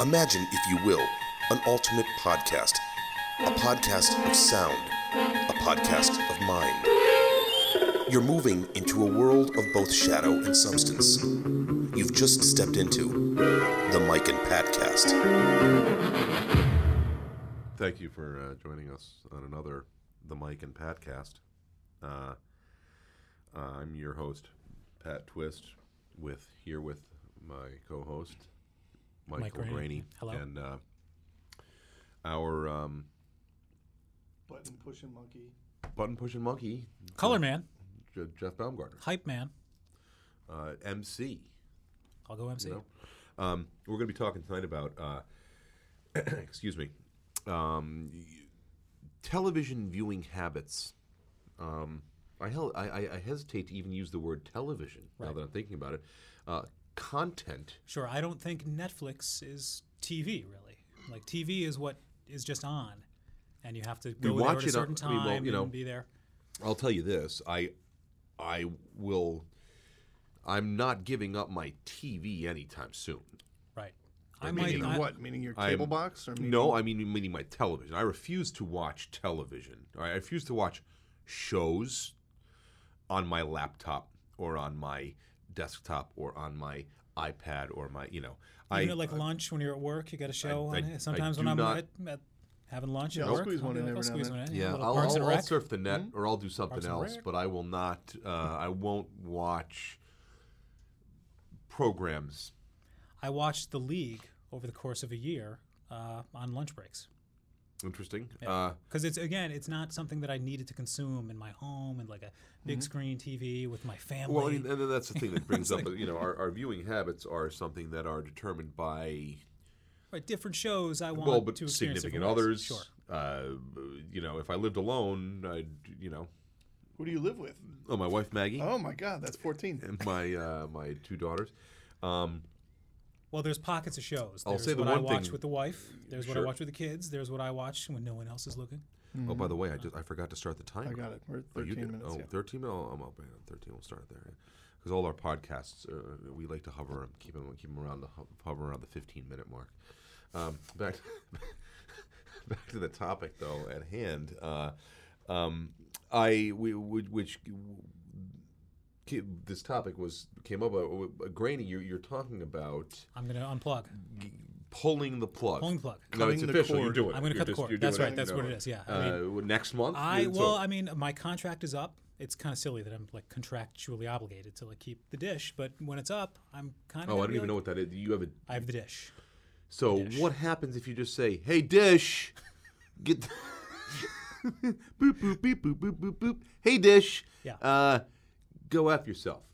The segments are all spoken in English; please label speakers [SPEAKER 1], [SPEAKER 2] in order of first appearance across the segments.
[SPEAKER 1] Imagine, if you will, an alternate podcast, a podcast of sound, a podcast of mind. You're moving into a world of both shadow and substance. You've just stepped into the Mike and Patcast.
[SPEAKER 2] Thank you for uh, joining us on another The Mike and Pat cast. Uh, I'm your host, Pat Twist, with here with my co host,
[SPEAKER 3] Mike
[SPEAKER 2] Michael
[SPEAKER 3] Graney.
[SPEAKER 2] Graney.
[SPEAKER 3] Hello.
[SPEAKER 2] And uh, our um,
[SPEAKER 4] button pushing monkey.
[SPEAKER 2] button pushing monkey,
[SPEAKER 3] Color Man,
[SPEAKER 2] Je- Jeff Baumgartner,
[SPEAKER 3] Hype Man.
[SPEAKER 2] uh, MC.
[SPEAKER 3] I'll go MC.
[SPEAKER 2] you know? Um, we're going to be talking tonight about, uh, excuse me, um, y- television viewing habits. Um, I, hel- I, I- I hesitate to even use the word television now
[SPEAKER 3] Right.
[SPEAKER 2] that I'm thinking about it. Uh, content,
[SPEAKER 3] Sure, I don't think Netflix is TV really. Like TV is what is just on, and you have to go there
[SPEAKER 2] watch
[SPEAKER 3] at
[SPEAKER 2] it
[SPEAKER 3] a
[SPEAKER 2] on-
[SPEAKER 3] certain
[SPEAKER 2] I
[SPEAKER 3] time
[SPEAKER 2] mean, well, you know,
[SPEAKER 3] and be there.
[SPEAKER 2] I'll tell you this: I, I will. I'm not giving up my TV anytime soon.
[SPEAKER 3] Right.
[SPEAKER 2] I
[SPEAKER 3] I
[SPEAKER 2] mean,
[SPEAKER 3] might.
[SPEAKER 2] you
[SPEAKER 4] Meaning
[SPEAKER 2] know,
[SPEAKER 3] I-
[SPEAKER 4] what? Meaning your
[SPEAKER 2] I'm-
[SPEAKER 4] cable box or meaning
[SPEAKER 2] No, I mean meaning my television. I refuse to watch television. All right, I refuse to watch shows on my laptop or on my desktop or on my iPad or my you know. I
[SPEAKER 3] Even at like lunch when you're at work, you got a show
[SPEAKER 2] I-
[SPEAKER 3] on.
[SPEAKER 2] I
[SPEAKER 3] it. Sometimes when
[SPEAKER 2] do
[SPEAKER 3] I'm
[SPEAKER 2] not-
[SPEAKER 3] at, at having lunch
[SPEAKER 4] Yeah,
[SPEAKER 3] at
[SPEAKER 4] I'll
[SPEAKER 3] work,
[SPEAKER 4] squeeze
[SPEAKER 3] I'll
[SPEAKER 4] one
[SPEAKER 3] be
[SPEAKER 4] in
[SPEAKER 3] like,
[SPEAKER 4] every
[SPEAKER 3] I'll
[SPEAKER 4] now
[SPEAKER 3] squeeze
[SPEAKER 4] and
[SPEAKER 3] one in.
[SPEAKER 2] yeah,
[SPEAKER 3] a little
[SPEAKER 2] I'll,
[SPEAKER 3] Parks
[SPEAKER 2] I'll,
[SPEAKER 3] and
[SPEAKER 2] I'll
[SPEAKER 3] Rec.
[SPEAKER 2] surf the net
[SPEAKER 4] Hmm?
[SPEAKER 2] or I'll do something
[SPEAKER 3] Parks and
[SPEAKER 2] else,
[SPEAKER 3] Rec.
[SPEAKER 2] but I will not. Uh, I won't watch uh, programs.
[SPEAKER 3] I watched The League over the course of a year uh, on lunch breaks.
[SPEAKER 2] Interesting. Uh,
[SPEAKER 3] because it's again it's not something that i needed to consume in my home and like a big screen tv with my family
[SPEAKER 2] Mm-hmm. Well, I mean, and then that's the thing that brings up, you know, our, our viewing habits are something that are determined by
[SPEAKER 3] right, different shows i want
[SPEAKER 2] well, but
[SPEAKER 3] to experience
[SPEAKER 2] significant
[SPEAKER 3] different ways.
[SPEAKER 2] others.
[SPEAKER 3] sure
[SPEAKER 2] Uh, you know, if I lived alone, I'd, you know,
[SPEAKER 4] who do you live with?
[SPEAKER 2] oh, my wife Maggie
[SPEAKER 4] Oh my God, that's 14.
[SPEAKER 2] and my uh, my two daughters. Um,
[SPEAKER 3] well there's pockets of shows
[SPEAKER 2] I'll
[SPEAKER 3] there's
[SPEAKER 2] say the
[SPEAKER 3] what i
[SPEAKER 2] one
[SPEAKER 3] watch
[SPEAKER 2] thing-
[SPEAKER 3] with the wife there's what
[SPEAKER 2] Sure.
[SPEAKER 3] i watch with the kids there's what i watch when no one else is looking
[SPEAKER 2] Oh, by the way, I just I forgot to start the timer.
[SPEAKER 4] Mm-hmm. I got it. We're at
[SPEAKER 2] Oh, you
[SPEAKER 4] 13
[SPEAKER 2] did-
[SPEAKER 4] minutes.
[SPEAKER 2] Oh,
[SPEAKER 4] yeah.
[SPEAKER 2] 13 Oh, I'm up. man, 13. We'll start there. Because all our podcasts, uh, we like to hover 'em, keep 'em- keep 'em around the ho- hover around the 15 minute mark. Um, back back to the topic though at hand. Uh, um, I we would which ki- this topic was came up. Uh, uh, Granny, you're, you're talking about
[SPEAKER 3] i'm going to unplug
[SPEAKER 2] pulling the plug.
[SPEAKER 3] Pulling the plug.
[SPEAKER 2] No, it's
[SPEAKER 4] Cutting the
[SPEAKER 2] official.
[SPEAKER 4] cord.
[SPEAKER 2] You're doing it.
[SPEAKER 3] I'm gonna
[SPEAKER 2] You're
[SPEAKER 3] cut the
[SPEAKER 2] just-
[SPEAKER 3] cord.
[SPEAKER 2] you're
[SPEAKER 3] That's
[SPEAKER 2] doing
[SPEAKER 3] right. That's
[SPEAKER 2] you
[SPEAKER 3] what
[SPEAKER 2] know.
[SPEAKER 3] it is. Yeah.
[SPEAKER 2] Uh,
[SPEAKER 3] I
[SPEAKER 2] next month.
[SPEAKER 3] i
[SPEAKER 2] So-
[SPEAKER 3] well i mean my contract is up it's kind of silly that i'm like contractually obligated to like keep the dish but when it's up i'm kind of
[SPEAKER 2] Oh, I don't even know what that is. You have a
[SPEAKER 3] i have the dish
[SPEAKER 2] So what happens if you just say, "Hey, Dish, get boop boop beep boop boop boop boop. Hey, Dish,
[SPEAKER 3] Yeah.
[SPEAKER 2] uh, go f yourself."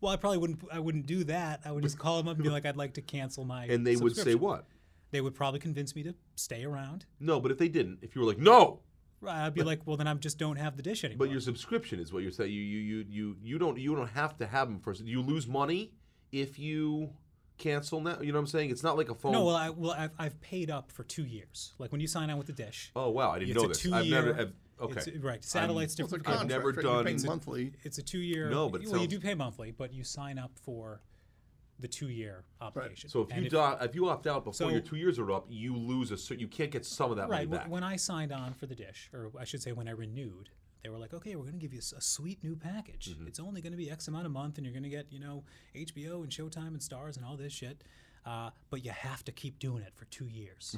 [SPEAKER 3] well i probably wouldn't i wouldn't do that i would just call them up and be like i'd like to cancel my
[SPEAKER 2] And they would say
[SPEAKER 3] subscription."
[SPEAKER 2] what?
[SPEAKER 3] they would probably convince me to stay around.
[SPEAKER 2] No, but if they didn't, if you were like, "No,"
[SPEAKER 3] Right, I'd be like, well, then I just don't have the dish anymore.
[SPEAKER 2] but your subscription is what you're saying. You you you you you don't you don't have to have them first. You lose money if you cancel now. You know what I'm saying? It's not like a phone.
[SPEAKER 3] no, well, I well, I've, I've paid up for two years. Like when you sign on with the dish,
[SPEAKER 2] oh wow, I didn't
[SPEAKER 3] it's
[SPEAKER 2] know
[SPEAKER 3] a
[SPEAKER 2] this.
[SPEAKER 3] two-year.
[SPEAKER 2] I've never. I've, okay.
[SPEAKER 3] it's- right, satellites
[SPEAKER 4] Well, it's a
[SPEAKER 3] different.
[SPEAKER 4] contract.
[SPEAKER 2] never
[SPEAKER 4] right?
[SPEAKER 2] done-
[SPEAKER 4] You're
[SPEAKER 2] It's
[SPEAKER 4] paying
[SPEAKER 2] a-
[SPEAKER 4] monthly.
[SPEAKER 3] It's a two-year.
[SPEAKER 2] No, but it
[SPEAKER 3] well, you
[SPEAKER 2] sounds-
[SPEAKER 3] do pay monthly, but you sign up for the two-year obligation.
[SPEAKER 2] so if
[SPEAKER 3] And
[SPEAKER 2] you do, if you opt out before
[SPEAKER 3] So-
[SPEAKER 2] your two years are up, you lose a cer- you can't get some of that
[SPEAKER 3] right
[SPEAKER 2] money
[SPEAKER 3] when,
[SPEAKER 2] back.
[SPEAKER 3] when I signed on for the dish, or I should say when I renewed, they were like, okay, we're going to give you s- a sweet new package.
[SPEAKER 2] Mm-hmm.
[SPEAKER 3] It's only going to be X amount a month, and you're going to get you know HBO and Showtime and Stars and all this shit. Uh, but you have to keep doing it for two years.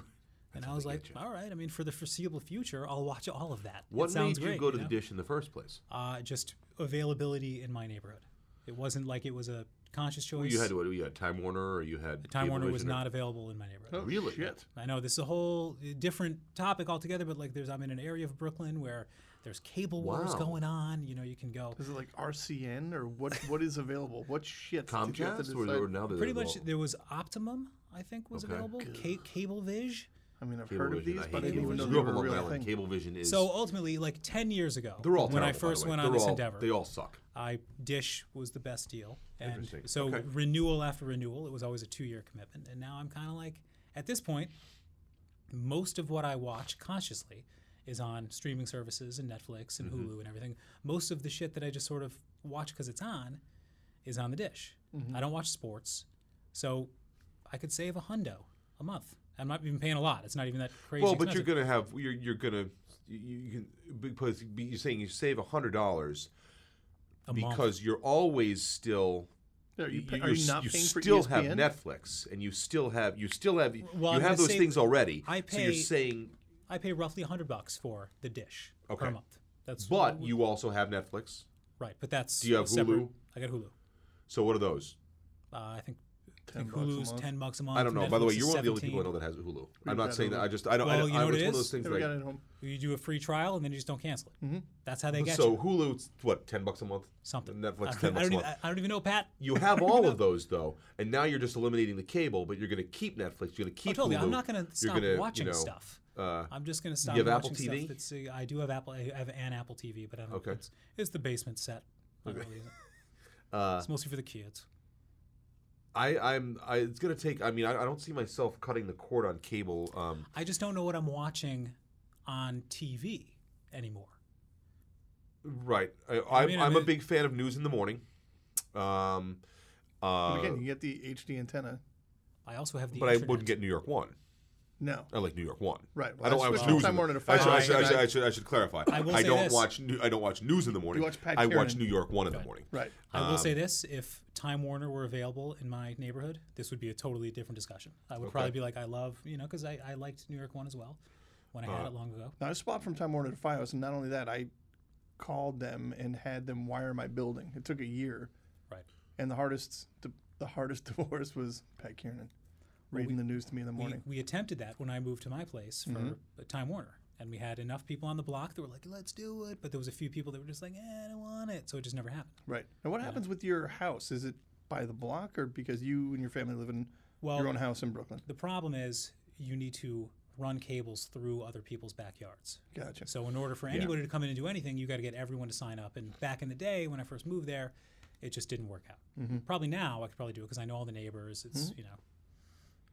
[SPEAKER 3] and I was like, all right. I mean, for the foreseeable future, I'll watch all of that.
[SPEAKER 2] What
[SPEAKER 3] it
[SPEAKER 2] made
[SPEAKER 3] sounds
[SPEAKER 2] you
[SPEAKER 3] great,
[SPEAKER 2] go to
[SPEAKER 3] know?
[SPEAKER 2] the dish in the first place?
[SPEAKER 3] Uh, just availability in my neighborhood. It wasn't like it was a conscious choice.
[SPEAKER 2] You had what? You had Time Warner, or you had
[SPEAKER 3] Time Warner was
[SPEAKER 2] Cablevision or-
[SPEAKER 3] not available in my neighborhood.
[SPEAKER 2] really.
[SPEAKER 4] Shit.
[SPEAKER 3] I know this is a whole uh, different topic altogether, but like there's I'm in an area of Brooklyn where there's cable wars
[SPEAKER 2] Wow.
[SPEAKER 3] going on. You know, you can go
[SPEAKER 4] Is it like RCN or what? What is available? What shit? did you have to
[SPEAKER 2] Comcast, or,
[SPEAKER 4] decide?
[SPEAKER 2] or now they're
[SPEAKER 3] pretty much
[SPEAKER 2] well,
[SPEAKER 3] there was Optimum, I think, was
[SPEAKER 2] Okay.
[SPEAKER 3] available. Ca- Cablevision.
[SPEAKER 4] I mean, I've heard of
[SPEAKER 2] Cablevision.
[SPEAKER 4] these,
[SPEAKER 2] I
[SPEAKER 4] but I
[SPEAKER 2] hate
[SPEAKER 4] didn't even know
[SPEAKER 2] Cablevision.
[SPEAKER 4] they
[SPEAKER 2] Grew up
[SPEAKER 4] were
[SPEAKER 2] on
[SPEAKER 4] a
[SPEAKER 2] Long
[SPEAKER 4] real
[SPEAKER 2] Island.
[SPEAKER 4] thing.
[SPEAKER 2] Cablevision is.
[SPEAKER 3] So ultimately, like ten years ago,
[SPEAKER 2] they're all
[SPEAKER 3] when
[SPEAKER 2] terrible,
[SPEAKER 3] I
[SPEAKER 2] by the
[SPEAKER 3] first
[SPEAKER 2] way.
[SPEAKER 3] went
[SPEAKER 2] They're
[SPEAKER 3] on this
[SPEAKER 2] all-
[SPEAKER 3] endeavor,
[SPEAKER 2] They all suck.
[SPEAKER 3] I Dish was the best deal, and
[SPEAKER 2] Interesting.
[SPEAKER 3] so
[SPEAKER 2] Okay.
[SPEAKER 3] renewal after renewal, it was always a two-year commitment. And now I'm kind of like, at this point, most of what I watch consciously is on streaming services and Netflix and
[SPEAKER 2] Mm-hmm.
[SPEAKER 3] Hulu and everything. Most of the shit that I just sort of watch because it's on
[SPEAKER 2] Mm-hmm.
[SPEAKER 3] is on the Dish. I don't watch sports, so I could save a hundo a month. I'm not even paying a lot. It's not even that crazy.
[SPEAKER 2] Well, but you're
[SPEAKER 3] expensive.
[SPEAKER 2] gonna have you're you're gonna you, you can because you're saying you save a hundred dollars
[SPEAKER 3] A month.
[SPEAKER 2] because you're always still
[SPEAKER 4] Are you,
[SPEAKER 2] you-
[SPEAKER 4] are
[SPEAKER 2] you're
[SPEAKER 4] you
[SPEAKER 2] s-
[SPEAKER 4] not
[SPEAKER 2] you
[SPEAKER 4] paying for E
[SPEAKER 2] still
[SPEAKER 3] E
[SPEAKER 2] have
[SPEAKER 4] ESPN?
[SPEAKER 2] Netflix and you still have you still have
[SPEAKER 3] Well,
[SPEAKER 2] you
[SPEAKER 3] I'm
[SPEAKER 2] have
[SPEAKER 3] gonna
[SPEAKER 2] those
[SPEAKER 3] say
[SPEAKER 2] things already.
[SPEAKER 3] I
[SPEAKER 2] so you're
[SPEAKER 3] pay-
[SPEAKER 2] saying,
[SPEAKER 3] I pay roughly 100 bucks for the dish
[SPEAKER 2] Okay.
[SPEAKER 3] per month. That's
[SPEAKER 2] but you also have Netflix.
[SPEAKER 3] right. But that's
[SPEAKER 2] Do you have
[SPEAKER 3] a separate-
[SPEAKER 2] Hulu?
[SPEAKER 3] I got Hulu.
[SPEAKER 2] So what are those?
[SPEAKER 3] Uh, I think, I
[SPEAKER 4] 10
[SPEAKER 3] think
[SPEAKER 4] bucks a
[SPEAKER 3] Hulu's
[SPEAKER 4] month.
[SPEAKER 3] ten bucks a month.
[SPEAKER 2] I don't know. By the
[SPEAKER 3] Netflix
[SPEAKER 2] way,
[SPEAKER 3] is
[SPEAKER 2] you're one of the only people I
[SPEAKER 3] 17.
[SPEAKER 2] know that has Hulu. I'm not
[SPEAKER 4] We've got
[SPEAKER 2] saying that.
[SPEAKER 4] Hulu.
[SPEAKER 2] I just I don't. I
[SPEAKER 3] Well,
[SPEAKER 2] don't
[SPEAKER 3] you
[SPEAKER 2] I,
[SPEAKER 3] know what
[SPEAKER 2] it's
[SPEAKER 3] it
[SPEAKER 2] one of
[SPEAKER 3] is?
[SPEAKER 2] those things.
[SPEAKER 4] Never got
[SPEAKER 2] Like,
[SPEAKER 4] it home.
[SPEAKER 3] You do a free trial and then you just don't cancel it. That's how they get
[SPEAKER 2] Mm-hmm. so
[SPEAKER 3] you.
[SPEAKER 2] Hulu's what ten bucks a month?
[SPEAKER 3] Something. I
[SPEAKER 2] Netflix
[SPEAKER 3] don't,
[SPEAKER 2] ten
[SPEAKER 3] I
[SPEAKER 2] bucks a
[SPEAKER 3] don't
[SPEAKER 2] month.
[SPEAKER 3] even, I don't even know, Pat.
[SPEAKER 2] You have all of those though, and now you're just eliminating the cable, but you're going to keep Netflix. You're going to keep.
[SPEAKER 3] Oh, totally. I'm
[SPEAKER 2] Hulu,
[SPEAKER 3] not going
[SPEAKER 2] you're
[SPEAKER 3] to stop
[SPEAKER 2] gonna, you
[SPEAKER 3] watching
[SPEAKER 2] know,
[SPEAKER 3] stuff.
[SPEAKER 2] Uh,
[SPEAKER 3] I'm just going to stop
[SPEAKER 2] have Apple
[SPEAKER 3] watching
[SPEAKER 2] TV?
[SPEAKER 3] stuff. That's, uh, I do have Apple. I have an Apple TV, but I don't.
[SPEAKER 2] Okay.
[SPEAKER 3] It's, it's the basement set. I don't really use it.
[SPEAKER 2] uh,
[SPEAKER 3] It's mostly for the kids.
[SPEAKER 2] I, I'm. I, it's going to take. I mean, I, I don't see myself cutting the cord on cable. Um,
[SPEAKER 3] I just don't know what I'm watching on TV anymore.
[SPEAKER 2] right. I, I,
[SPEAKER 3] mean, I
[SPEAKER 2] I'm a
[SPEAKER 3] mean-
[SPEAKER 2] big fan of news in the morning. Um,
[SPEAKER 4] But
[SPEAKER 2] uh,
[SPEAKER 4] again, you get the HD antenna.
[SPEAKER 3] I also have the.
[SPEAKER 2] but I
[SPEAKER 3] internet.
[SPEAKER 2] wouldn't get New York One.
[SPEAKER 4] No.
[SPEAKER 2] I like New York One.
[SPEAKER 4] Right.
[SPEAKER 2] I don't
[SPEAKER 4] Well, I
[SPEAKER 2] watch
[SPEAKER 4] switched
[SPEAKER 2] news. in
[SPEAKER 4] from Time
[SPEAKER 2] the-
[SPEAKER 4] Warner to
[SPEAKER 2] I should, I,
[SPEAKER 4] Fox.
[SPEAKER 2] should, I, should,
[SPEAKER 4] I-
[SPEAKER 2] I should. I should clarify. I,
[SPEAKER 3] will say
[SPEAKER 2] don't
[SPEAKER 3] this.
[SPEAKER 2] watch. New, I don't watch news in the morning.
[SPEAKER 4] watch Pat
[SPEAKER 2] I watch
[SPEAKER 4] Kiernan.
[SPEAKER 2] New York One in the morning.
[SPEAKER 4] Right.
[SPEAKER 3] I will say this: if Time Warner were available in my neighborhood, this would be a totally different discussion. I would probably be like, "I love," you know, because I, I liked New York One as well when I had it long ago.
[SPEAKER 4] Now, I swapped from Time Warner to FiOS, and not only that, I called them and had them wire my building. It took a year,
[SPEAKER 3] Right.
[SPEAKER 4] and the hardest the, the hardest divorce was Pat Kiernan reading the news to me in the
[SPEAKER 3] We,
[SPEAKER 4] morning.
[SPEAKER 3] we attempted that when I moved to my place for Time Warner, and we had enough people on the block that were like, "Let's do it," but there was a few people that were just like, eh, "I don't want it," so it just never happened.
[SPEAKER 4] Right. And what happens with your house? Is it by the block, or because you and your family live in
[SPEAKER 3] Well,
[SPEAKER 4] your own house in Brooklyn?
[SPEAKER 3] the problem is you need to run cables through other people's backyards.
[SPEAKER 4] Gotcha.
[SPEAKER 3] So in order for anybody to come in and do anything, you got to get everyone to sign up. And back in the day when I first moved there, it just didn't work out.
[SPEAKER 2] Mm-hmm.
[SPEAKER 3] Probably now I could probably do it because I know all the neighbors. It's you know,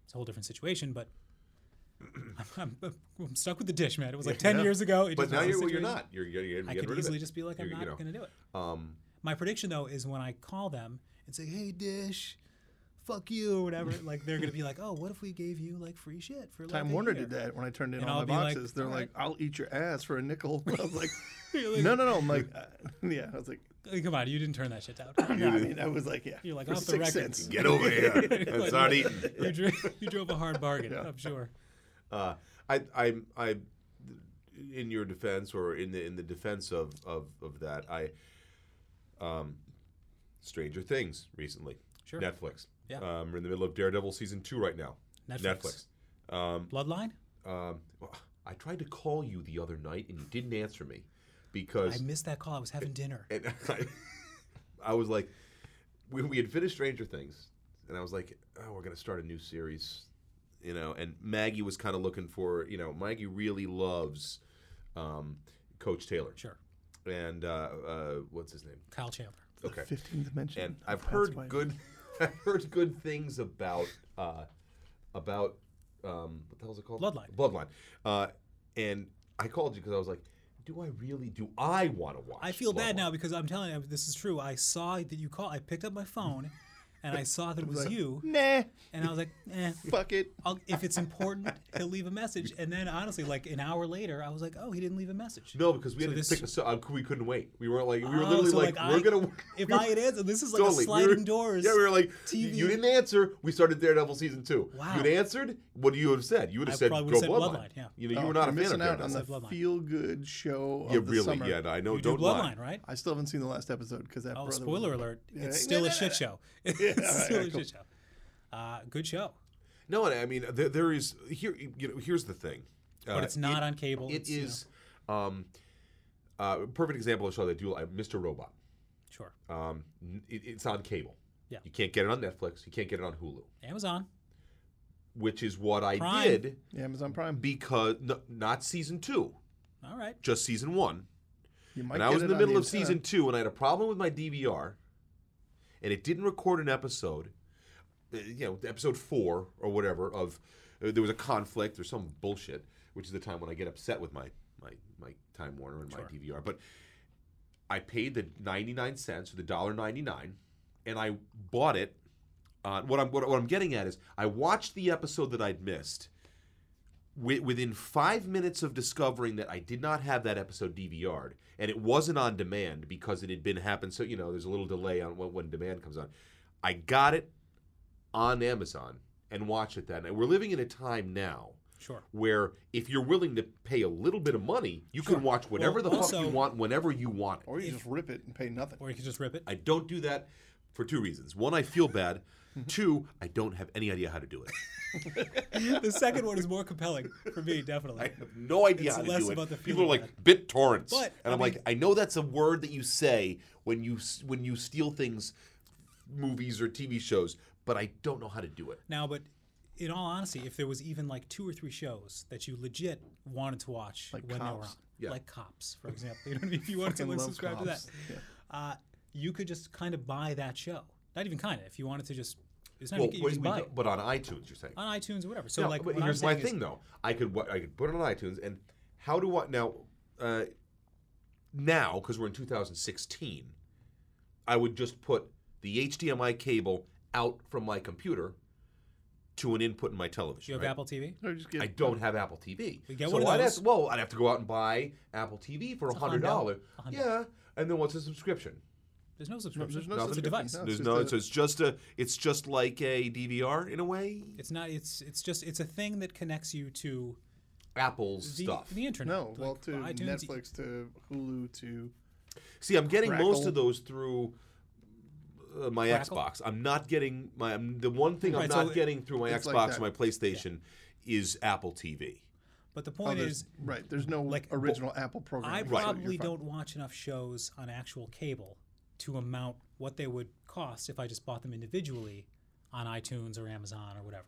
[SPEAKER 3] it's a whole different situation. But I'm, I'm, I'm stuck with the dish, man. It was like ten
[SPEAKER 4] Yeah.
[SPEAKER 3] years ago. It
[SPEAKER 2] But
[SPEAKER 3] just
[SPEAKER 2] now
[SPEAKER 3] was a
[SPEAKER 2] you're, well, you're
[SPEAKER 3] situation.
[SPEAKER 2] not. You're, you're, you're
[SPEAKER 3] I
[SPEAKER 2] getting
[SPEAKER 3] could
[SPEAKER 2] rid
[SPEAKER 3] easily
[SPEAKER 2] of it.
[SPEAKER 3] just be like, I'm
[SPEAKER 2] You're-
[SPEAKER 3] not
[SPEAKER 2] you know.
[SPEAKER 3] going to do it.
[SPEAKER 2] Um,
[SPEAKER 3] My prediction though is when I call them and say, "Hey, Dish." Fuck you, or whatever. Like they're gonna be like, oh, what if we gave you like free shit for like
[SPEAKER 4] Time
[SPEAKER 3] a
[SPEAKER 4] Warner
[SPEAKER 3] year?"
[SPEAKER 4] did that when I turned in
[SPEAKER 3] And
[SPEAKER 4] all
[SPEAKER 3] I'll be
[SPEAKER 4] my
[SPEAKER 3] like,
[SPEAKER 4] boxes. They're
[SPEAKER 3] "All
[SPEAKER 4] like,
[SPEAKER 3] right."
[SPEAKER 4] "I'll eat your ass for a nickel." I was like,
[SPEAKER 3] You're like,
[SPEAKER 4] "No, no, no." I'm like, uh, "Yeah." I was like,
[SPEAKER 3] Like, Come on, you didn't turn that shit down.
[SPEAKER 4] no, I mean, I was like, "Yeah."
[SPEAKER 3] You're like,
[SPEAKER 4] for
[SPEAKER 3] off the
[SPEAKER 4] six
[SPEAKER 3] record.
[SPEAKER 4] cents.
[SPEAKER 2] Get over here and
[SPEAKER 3] Like,
[SPEAKER 2] start
[SPEAKER 3] no.
[SPEAKER 2] eating.
[SPEAKER 3] you, drew, you drove a hard bargain, I'm sure.
[SPEAKER 2] Uh, I, I, I, in your defense, or in the in the defense of of, of that, I, um, Stranger Things recently,
[SPEAKER 3] Sure.
[SPEAKER 2] Netflix.
[SPEAKER 3] Yeah.
[SPEAKER 2] um, we're in the middle of Daredevil season two right now.
[SPEAKER 3] Netflix.
[SPEAKER 2] Netflix. Um,
[SPEAKER 3] Bloodline?
[SPEAKER 2] um, well, I tried to call you the other night and you didn't answer me because
[SPEAKER 3] I missed that call. I was having dinner.
[SPEAKER 2] and I, I was like, when we had finished Stranger Things, and I was like, oh, we're gonna start a new series, you know. And Maggie was kind of looking for, you know, Maggie really loves um, Coach Taylor
[SPEAKER 3] Sure.
[SPEAKER 2] and uh, uh, what's his name?
[SPEAKER 3] Kyle Chandler.
[SPEAKER 2] Okay,
[SPEAKER 4] Fifteenth dimension.
[SPEAKER 2] and I've
[SPEAKER 4] That's
[SPEAKER 2] heard
[SPEAKER 4] why-
[SPEAKER 2] good, I've heard good things about uh, about um, what the hell's it called?
[SPEAKER 3] Bloodline.
[SPEAKER 2] Bloodline. Uh, and I called you because I was like, do I really? Do I want to watch?
[SPEAKER 3] I feel bad
[SPEAKER 2] Bloodline?
[SPEAKER 3] now because I'm telling you, this is true. I saw that you called. I picked up my phone and I saw that it was you.
[SPEAKER 4] Nah,
[SPEAKER 3] And I was like, eh.
[SPEAKER 4] fuck it.
[SPEAKER 3] I'll, if it's important, he'll leave a message. And then, honestly, like an hour later, I was like, oh, he didn't leave a message.
[SPEAKER 2] No, because we
[SPEAKER 3] So
[SPEAKER 2] had
[SPEAKER 3] this-
[SPEAKER 2] to pick a so- uh, we couldn't wait. We weren't like we were
[SPEAKER 3] Oh,
[SPEAKER 2] literally
[SPEAKER 3] so,
[SPEAKER 2] like,
[SPEAKER 3] like,
[SPEAKER 2] we're
[SPEAKER 3] I-
[SPEAKER 2] gonna.
[SPEAKER 3] If
[SPEAKER 2] we
[SPEAKER 3] I had answered, this is like
[SPEAKER 2] totally-
[SPEAKER 3] a
[SPEAKER 2] we
[SPEAKER 3] sliding
[SPEAKER 2] were-
[SPEAKER 3] doors.
[SPEAKER 2] Yeah, we were like, you-
[SPEAKER 3] TV.
[SPEAKER 2] you didn't answer. We started Daredevil season two.
[SPEAKER 3] Wow.
[SPEAKER 2] You'd answered. What do you have said? You would have
[SPEAKER 3] I
[SPEAKER 2] said, "Go
[SPEAKER 3] probably would've said
[SPEAKER 2] Bloodline."
[SPEAKER 3] Bloodline, yeah.
[SPEAKER 2] You know,
[SPEAKER 4] Oh,
[SPEAKER 2] you were not a fan
[SPEAKER 4] you're
[SPEAKER 2] of
[SPEAKER 4] missing out
[SPEAKER 2] Daredevil.
[SPEAKER 4] on the
[SPEAKER 3] Bloodline.
[SPEAKER 4] feel-good show of
[SPEAKER 2] yeah,
[SPEAKER 4] the
[SPEAKER 2] really.
[SPEAKER 4] summer.
[SPEAKER 2] Yeah, I know.
[SPEAKER 3] You do
[SPEAKER 2] Oh, don't lie.
[SPEAKER 3] Bloodline, right?
[SPEAKER 4] I still haven't seen the last episode because that.
[SPEAKER 3] Oh,
[SPEAKER 4] brother was
[SPEAKER 3] spoiler alert. It's
[SPEAKER 4] Yeah.
[SPEAKER 3] still
[SPEAKER 4] No,
[SPEAKER 3] a
[SPEAKER 4] no, no,
[SPEAKER 3] shit
[SPEAKER 4] no.
[SPEAKER 3] show. It's
[SPEAKER 4] all right,
[SPEAKER 3] still
[SPEAKER 4] all
[SPEAKER 3] a
[SPEAKER 4] right,
[SPEAKER 3] shit show. Uh, good show.
[SPEAKER 2] No, and I mean there, there is here. You know, here's the thing. Uh,
[SPEAKER 3] But it's not on cable.
[SPEAKER 2] It
[SPEAKER 3] It's, you know.
[SPEAKER 2] is. Um, uh, perfect example of a show that I do like, Mr. Robot.
[SPEAKER 3] Sure.
[SPEAKER 2] Um, n- it, it's on cable.
[SPEAKER 3] Yeah.
[SPEAKER 2] You can't get it on Netflix. You can't get it on Hulu,
[SPEAKER 3] Amazon.
[SPEAKER 2] which is what I
[SPEAKER 3] Prime.
[SPEAKER 2] did.
[SPEAKER 4] Amazon Prime.
[SPEAKER 2] because no, not season two,
[SPEAKER 3] All right.
[SPEAKER 2] just season one.
[SPEAKER 4] You might
[SPEAKER 2] and I
[SPEAKER 4] get
[SPEAKER 2] was
[SPEAKER 4] it
[SPEAKER 2] in the
[SPEAKER 4] on
[SPEAKER 2] middle of
[SPEAKER 4] internet.
[SPEAKER 2] season two, and I had a problem with my DVR, and it didn't record an episode. uh, You know, episode four or whatever of uh, there was a conflict or some bullshit, which is the time when I get upset with my my my Time Warner and my DVR. But I paid the ninety nine cents or the dollar ninety nine, and I bought it on what I'm what, what I'm getting at is I watched the episode that I'd missed. Wi- Within five minutes of discovering that I did not have that episode DVR'd, and it wasn't on demand because it had been happened, so you know there's a little delay on when, when demand comes on. I got it on Amazon and watched it that night. We're living in a time now
[SPEAKER 3] Sure.
[SPEAKER 2] where if you're willing to pay a little bit of money, you can watch whatever
[SPEAKER 3] Well,
[SPEAKER 2] the fuck
[SPEAKER 3] also-
[SPEAKER 2] you want whenever you want it.
[SPEAKER 4] Or you just rip it and pay nothing.
[SPEAKER 3] Or you can just rip it.
[SPEAKER 2] I don't do that for two reasons. One, I feel bad. Two, I don't have any idea how to do it.
[SPEAKER 3] the second one is more compelling for me, definitely.
[SPEAKER 2] I have no idea
[SPEAKER 3] It's
[SPEAKER 2] how to
[SPEAKER 3] less
[SPEAKER 2] do it.
[SPEAKER 3] about the
[SPEAKER 2] People are
[SPEAKER 3] feeling
[SPEAKER 2] like BitTorrents,
[SPEAKER 3] But,
[SPEAKER 2] and
[SPEAKER 3] I
[SPEAKER 2] I'm like, I know that's a word that you say when you s- when you steal things, movies or TV shows, but I don't know how to do it.
[SPEAKER 3] Now, but in all honesty, if there was even like two or three shows that you legit wanted to watch
[SPEAKER 4] Like
[SPEAKER 3] when they were on,
[SPEAKER 4] Cops.
[SPEAKER 2] Yeah.
[SPEAKER 3] like Cops, for example, you know what I mean? If you wanted to
[SPEAKER 4] Fucking
[SPEAKER 3] like,
[SPEAKER 4] love
[SPEAKER 3] subscribe
[SPEAKER 4] Cops.
[SPEAKER 3] to that, uh, you could just kind of buy that show. Not even kind of. If you wanted to just, it's not
[SPEAKER 2] Well,
[SPEAKER 3] even, you
[SPEAKER 2] wait,
[SPEAKER 3] just
[SPEAKER 2] we
[SPEAKER 3] buy
[SPEAKER 2] don't-
[SPEAKER 3] it
[SPEAKER 2] but on iTunes, you're saying.
[SPEAKER 3] on iTunes or whatever. So
[SPEAKER 2] No,
[SPEAKER 3] like,
[SPEAKER 2] but
[SPEAKER 3] what I'm
[SPEAKER 2] here's my
[SPEAKER 3] saying is-
[SPEAKER 2] thing though. I could wa- I could put it on iTunes, and how do I now? Uh, now, because we're in 2016, I would just put the HDMI cable out from my computer to an input in my television.
[SPEAKER 3] You have
[SPEAKER 2] right?
[SPEAKER 3] Apple TV?
[SPEAKER 4] Or just get
[SPEAKER 2] I don't have Apple TV.
[SPEAKER 3] We get
[SPEAKER 2] so
[SPEAKER 3] one of
[SPEAKER 2] I'd
[SPEAKER 3] those.
[SPEAKER 2] have- well, I'd have to go out and buy Apple TV for
[SPEAKER 3] It's a
[SPEAKER 2] hundred dollars.
[SPEAKER 3] hundo. A hundo.
[SPEAKER 2] Yeah, and then what's a subscription?
[SPEAKER 3] There's no subscription.
[SPEAKER 4] there's no
[SPEAKER 3] it's a
[SPEAKER 4] subscription,
[SPEAKER 3] device.
[SPEAKER 4] no. It's
[SPEAKER 2] There's
[SPEAKER 4] just
[SPEAKER 2] no.
[SPEAKER 4] a-
[SPEAKER 2] so it's just a. It's just like a DVR in a way.
[SPEAKER 3] It's not. It's it's just it's a thing that connects you to
[SPEAKER 2] Apple's
[SPEAKER 3] the,
[SPEAKER 2] stuff.
[SPEAKER 3] the internet.
[SPEAKER 4] No, well,
[SPEAKER 3] like
[SPEAKER 4] to
[SPEAKER 3] iTunes,
[SPEAKER 4] Netflix, to Hulu, to
[SPEAKER 2] See, I'm getting most
[SPEAKER 4] Crackle.
[SPEAKER 2] of those through uh, my
[SPEAKER 3] Crackle?
[SPEAKER 2] Xbox. I'm not getting my I'm, the one thing I'm
[SPEAKER 3] Right, so
[SPEAKER 2] not
[SPEAKER 3] it-
[SPEAKER 2] getting through my
[SPEAKER 4] it's like
[SPEAKER 2] Xbox
[SPEAKER 4] that.
[SPEAKER 2] or my PlayStation is Apple TV.
[SPEAKER 3] But the point
[SPEAKER 4] others.
[SPEAKER 3] is,
[SPEAKER 4] right. There's no
[SPEAKER 3] like,
[SPEAKER 4] original Apple program.
[SPEAKER 3] I
[SPEAKER 4] so you're
[SPEAKER 3] probably
[SPEAKER 4] fine.
[SPEAKER 3] don't watch enough shows on actual cable to amount what they would cost if I just bought them individually on iTunes or Amazon or whatever.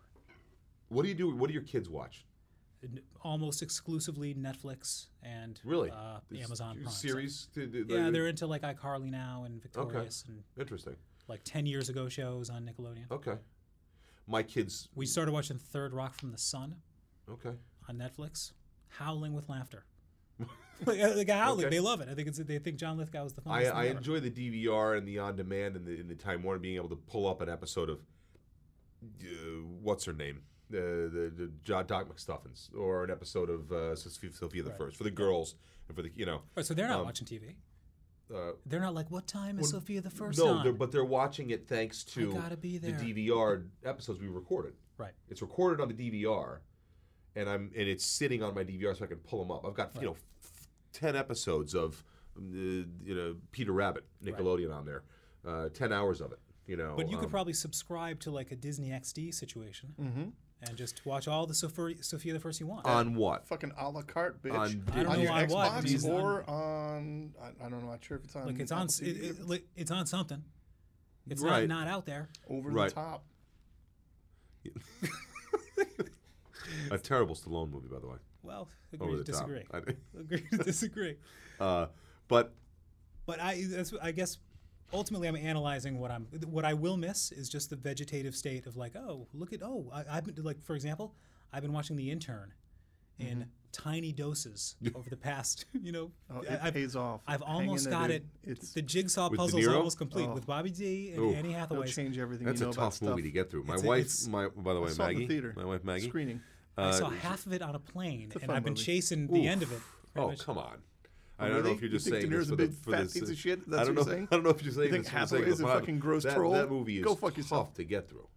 [SPEAKER 2] What do you do? What do your kids watch?
[SPEAKER 3] N- Almost exclusively Netflix and
[SPEAKER 2] Really?
[SPEAKER 3] uh,
[SPEAKER 2] This
[SPEAKER 3] Amazon Prime. So-
[SPEAKER 2] series. to- to-
[SPEAKER 3] Yeah,
[SPEAKER 2] like-
[SPEAKER 3] they're into like iCarly now and Victorious and
[SPEAKER 2] interesting.
[SPEAKER 3] like 10 years ago shows on Nickelodeon.
[SPEAKER 2] Okay, my kids.
[SPEAKER 3] We started watching Third Rock from the Sun
[SPEAKER 2] Okay,
[SPEAKER 3] on Netflix, howling with laughter. like, uh, like howling,
[SPEAKER 2] Okay.
[SPEAKER 3] they love it. I think it's they think John Lithgow is the
[SPEAKER 2] I,
[SPEAKER 3] funniest.
[SPEAKER 2] I
[SPEAKER 3] thing ever.
[SPEAKER 2] enjoy the DVR and the on demand and the, and the Time Warner being able to pull up an episode of uh, what's her name. The, the, the Jo- Doc McStuffins, or an episode of uh, Sophia, Sophia the
[SPEAKER 3] Right.
[SPEAKER 2] First for the girls and for the you know
[SPEAKER 3] Oh, so they're not
[SPEAKER 2] um,
[SPEAKER 3] watching TV.
[SPEAKER 2] uh,
[SPEAKER 3] They're not like, what time is Sophia the First
[SPEAKER 2] no,
[SPEAKER 3] on?
[SPEAKER 2] they're, but they're watching it thanks to
[SPEAKER 3] gotta be
[SPEAKER 2] the
[SPEAKER 3] there.
[SPEAKER 2] DVR episodes we recorded.
[SPEAKER 3] Right.
[SPEAKER 2] It's recorded on the DVR, and I'm and it's sitting on my DVR so I can pull them up. I've got you know f- ten episodes of uh, you know Peter Rabbit Nickelodeon on there, uh, ten hours of it. You know,
[SPEAKER 3] But you could
[SPEAKER 2] um, Mm-hmm.
[SPEAKER 3] probably subscribe to like a Disney XD situation and just watch all the Sophia, Sophia the First you want.
[SPEAKER 2] on what?
[SPEAKER 4] Fucking a la carte, bitch.
[SPEAKER 2] On I
[SPEAKER 3] don't
[SPEAKER 4] on
[SPEAKER 3] know
[SPEAKER 4] your
[SPEAKER 3] on what,
[SPEAKER 4] Xbox
[SPEAKER 3] dude.
[SPEAKER 4] or on, I, I don't know. I'm not sure if it's on.
[SPEAKER 3] Look, it's on
[SPEAKER 4] Apple
[SPEAKER 3] it,
[SPEAKER 4] TV
[SPEAKER 3] it, like, it's on something. It's
[SPEAKER 2] Right.
[SPEAKER 3] not not out there.
[SPEAKER 4] over
[SPEAKER 2] Right.
[SPEAKER 4] the top.
[SPEAKER 2] A terrible Stallone movie, by the way.
[SPEAKER 3] Well,
[SPEAKER 2] Over
[SPEAKER 3] agree to
[SPEAKER 2] the top.
[SPEAKER 3] disagree.
[SPEAKER 2] I-
[SPEAKER 3] Agree to disagree.
[SPEAKER 2] uh, but
[SPEAKER 3] But I, that's, I guess, ultimately, I'm analyzing what I'm, what I will miss is just the vegetative state of like, oh, look at, oh, I, I've been like, for example, I've been watching The Intern in tiny doses over the past, you know,
[SPEAKER 4] Mm-hmm. Oh,
[SPEAKER 3] I-
[SPEAKER 4] it
[SPEAKER 3] I've-
[SPEAKER 4] pays off.
[SPEAKER 3] I've
[SPEAKER 4] Hang in
[SPEAKER 3] almost
[SPEAKER 4] there,
[SPEAKER 3] got
[SPEAKER 4] dude.
[SPEAKER 3] it.
[SPEAKER 4] It's
[SPEAKER 3] the jigsaw
[SPEAKER 2] With De
[SPEAKER 3] puzzle's
[SPEAKER 2] Niro?
[SPEAKER 3] almost complete
[SPEAKER 4] Oh.
[SPEAKER 3] with Bobby D and
[SPEAKER 2] Ooh.
[SPEAKER 3] Annie
[SPEAKER 4] it'll
[SPEAKER 3] Hathaway.
[SPEAKER 4] change everything.
[SPEAKER 2] that's
[SPEAKER 4] you
[SPEAKER 2] a
[SPEAKER 4] know
[SPEAKER 2] tough
[SPEAKER 4] about
[SPEAKER 2] movie to
[SPEAKER 4] stuff.
[SPEAKER 2] get through. My
[SPEAKER 3] It's-
[SPEAKER 2] wife,
[SPEAKER 3] it's-
[SPEAKER 2] my by the
[SPEAKER 4] I
[SPEAKER 2] way,
[SPEAKER 4] saw it in the
[SPEAKER 2] Maggie,
[SPEAKER 4] theater.
[SPEAKER 2] my wife Maggie.
[SPEAKER 4] Screening.
[SPEAKER 3] I saw half of it on a plane, and
[SPEAKER 4] Uh, fun
[SPEAKER 3] I've been
[SPEAKER 4] movie.
[SPEAKER 3] chasing the end of it.
[SPEAKER 2] Oof.
[SPEAKER 3] pretty
[SPEAKER 2] Oh
[SPEAKER 3] much.
[SPEAKER 2] come on! I
[SPEAKER 4] Oh,
[SPEAKER 2] don't know
[SPEAKER 4] really?
[SPEAKER 2] if you're
[SPEAKER 4] You
[SPEAKER 2] just
[SPEAKER 4] think De
[SPEAKER 2] saying this
[SPEAKER 4] Niro's a
[SPEAKER 2] for the,
[SPEAKER 4] big
[SPEAKER 2] for
[SPEAKER 4] fat
[SPEAKER 2] this,
[SPEAKER 4] piece
[SPEAKER 2] uh,
[SPEAKER 4] of shit? That's
[SPEAKER 2] I
[SPEAKER 4] what
[SPEAKER 2] don't
[SPEAKER 4] you're
[SPEAKER 2] know.
[SPEAKER 4] saying?
[SPEAKER 2] I don't know if you're saying
[SPEAKER 4] think
[SPEAKER 2] this for the sake
[SPEAKER 4] Hathaway
[SPEAKER 2] of
[SPEAKER 4] is
[SPEAKER 2] the
[SPEAKER 4] a
[SPEAKER 2] pod.
[SPEAKER 4] fucking gross
[SPEAKER 2] that,
[SPEAKER 4] troll?
[SPEAKER 2] That movie is
[SPEAKER 4] Go fuck yourself.
[SPEAKER 2] tough to get through,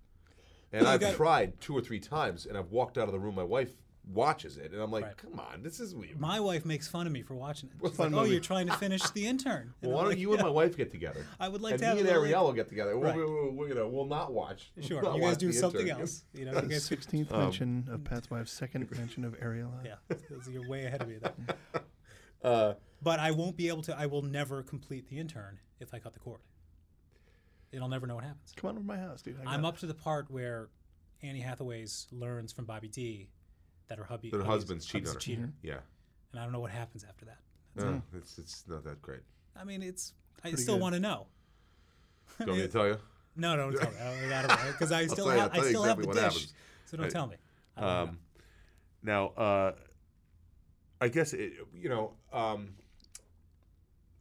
[SPEAKER 2] and I've
[SPEAKER 3] gotta-
[SPEAKER 2] tried two or three times, and I've walked out of the room. My wife watches it, and I'm like,
[SPEAKER 3] Right.
[SPEAKER 2] "Come on, this is weird."
[SPEAKER 3] My wife makes fun of me for watching it. She's
[SPEAKER 4] fun
[SPEAKER 3] like, "Oh,
[SPEAKER 4] movie.
[SPEAKER 3] you're trying to finish the intern." And
[SPEAKER 2] well, why
[SPEAKER 3] I'm
[SPEAKER 2] don't
[SPEAKER 3] like,
[SPEAKER 2] you and my wife get together?
[SPEAKER 3] I would like
[SPEAKER 2] and
[SPEAKER 3] to have
[SPEAKER 2] me and
[SPEAKER 3] a little-
[SPEAKER 2] Ariel will get together. We'll,
[SPEAKER 3] Right.
[SPEAKER 2] we'll, we'll, you know, we'll not watch.
[SPEAKER 3] Sure,
[SPEAKER 2] Not
[SPEAKER 3] you guys
[SPEAKER 2] watch
[SPEAKER 3] do
[SPEAKER 2] The
[SPEAKER 3] something
[SPEAKER 2] Intern.
[SPEAKER 3] else. You know, you guys,
[SPEAKER 4] Sixteenth
[SPEAKER 2] Um,
[SPEAKER 4] mention of Pat's wife's second mention of Ariel.
[SPEAKER 3] yeah, so you're way ahead of me. There.
[SPEAKER 2] Uh,
[SPEAKER 3] But I won't be able to. I will never complete the intern if I cut the cord. And I'll never know what happens.
[SPEAKER 4] Come on over to my house, dude. I
[SPEAKER 3] I'm
[SPEAKER 4] got-
[SPEAKER 3] up to the part where Annie Hathaway's learns from Bobby D that her hubby,
[SPEAKER 2] That her
[SPEAKER 3] hubby's-
[SPEAKER 2] husband's cheating
[SPEAKER 3] hubby's
[SPEAKER 2] on
[SPEAKER 3] a
[SPEAKER 2] her.
[SPEAKER 3] cheater,
[SPEAKER 2] yeah,
[SPEAKER 3] and I don't know what happens after that.
[SPEAKER 2] Uh, it's it's not that great.
[SPEAKER 3] I mean, it's. I still
[SPEAKER 4] good.
[SPEAKER 3] want to know.
[SPEAKER 2] Do you want me to tell you?
[SPEAKER 3] No, don't tell me. I don't know because I still
[SPEAKER 2] tell you-
[SPEAKER 3] have.
[SPEAKER 2] I'll
[SPEAKER 3] I
[SPEAKER 2] tell you
[SPEAKER 3] still have the
[SPEAKER 2] exactly
[SPEAKER 3] dish.
[SPEAKER 2] what happens.
[SPEAKER 3] So don't
[SPEAKER 2] Right.
[SPEAKER 3] tell me. I don't wanna
[SPEAKER 2] Um, now, uh, I guess it, you know um,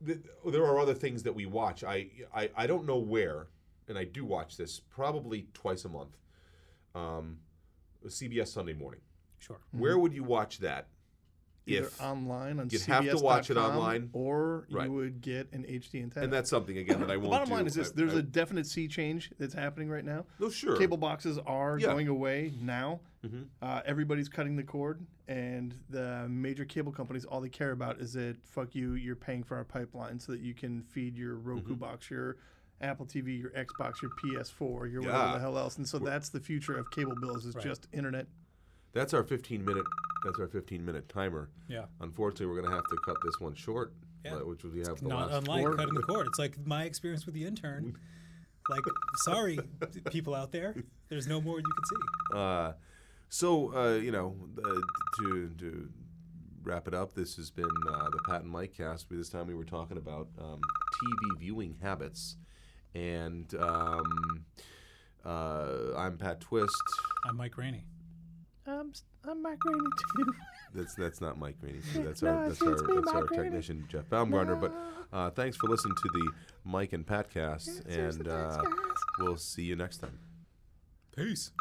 [SPEAKER 2] th- there are other things that we watch. I I, I don't know where and I do watch this probably twice a month. Um, CBS Sunday Morning.
[SPEAKER 3] Sure.
[SPEAKER 2] Where would you watch that?
[SPEAKER 4] Mm-hmm. Either
[SPEAKER 2] if
[SPEAKER 4] online on
[SPEAKER 2] you'd have to watch it
[SPEAKER 4] CBS.com,
[SPEAKER 2] online.
[SPEAKER 4] or
[SPEAKER 2] Right.
[SPEAKER 4] you would get an HD antenna.
[SPEAKER 2] and that's something again that I
[SPEAKER 4] the
[SPEAKER 2] won't.
[SPEAKER 4] bottom
[SPEAKER 2] do.
[SPEAKER 4] line is this:
[SPEAKER 2] I-
[SPEAKER 4] there's
[SPEAKER 2] I-
[SPEAKER 4] a definite sea change that's happening right now.
[SPEAKER 2] no sure
[SPEAKER 4] Cable boxes are
[SPEAKER 2] Yeah.
[SPEAKER 4] going away now.
[SPEAKER 2] Mhm.
[SPEAKER 4] Uh, everybody's cutting the cord, and the major cable companies all they care about is that fuck you, you're paying for our pipeline so that you can feed your Roku
[SPEAKER 2] Mm-hmm.
[SPEAKER 4] box, your Apple TV, your Xbox, your PS4, your
[SPEAKER 2] Yeah.
[SPEAKER 4] whatever the hell else. And so that's the future of cable bills is just internet.
[SPEAKER 2] That's our 15 minute. That's our 15 minute timer.
[SPEAKER 3] Yeah.
[SPEAKER 2] Unfortunately, we're gonna have to cut this one short,
[SPEAKER 3] Yeah.
[SPEAKER 2] uh, which we have the
[SPEAKER 3] Not
[SPEAKER 2] last
[SPEAKER 3] unlike
[SPEAKER 2] four.
[SPEAKER 3] cutting the cord. It's like my experience with the intern. Like, sorry, people out there, there's no more you can see.
[SPEAKER 2] Uh, so uh, you know, uh, to to wrap it up, this has been uh, the Pat and Mike cast. This time we were talking about um, TV viewing habits, and um, uh, I'm Pat Twist.
[SPEAKER 3] I'm Mike Rainey.
[SPEAKER 4] I'm I'm migrating too.
[SPEAKER 2] That's that's not Mike Rainey. That's
[SPEAKER 4] No,
[SPEAKER 2] our
[SPEAKER 4] it's-
[SPEAKER 2] that's our,
[SPEAKER 4] it's me,
[SPEAKER 2] that's our
[SPEAKER 4] Mike Rainey.
[SPEAKER 2] technician Jeff Baumgartner. But uh, thanks for listening to the Mike and Pat cast, and uh, we'll see you next time.
[SPEAKER 3] Peace.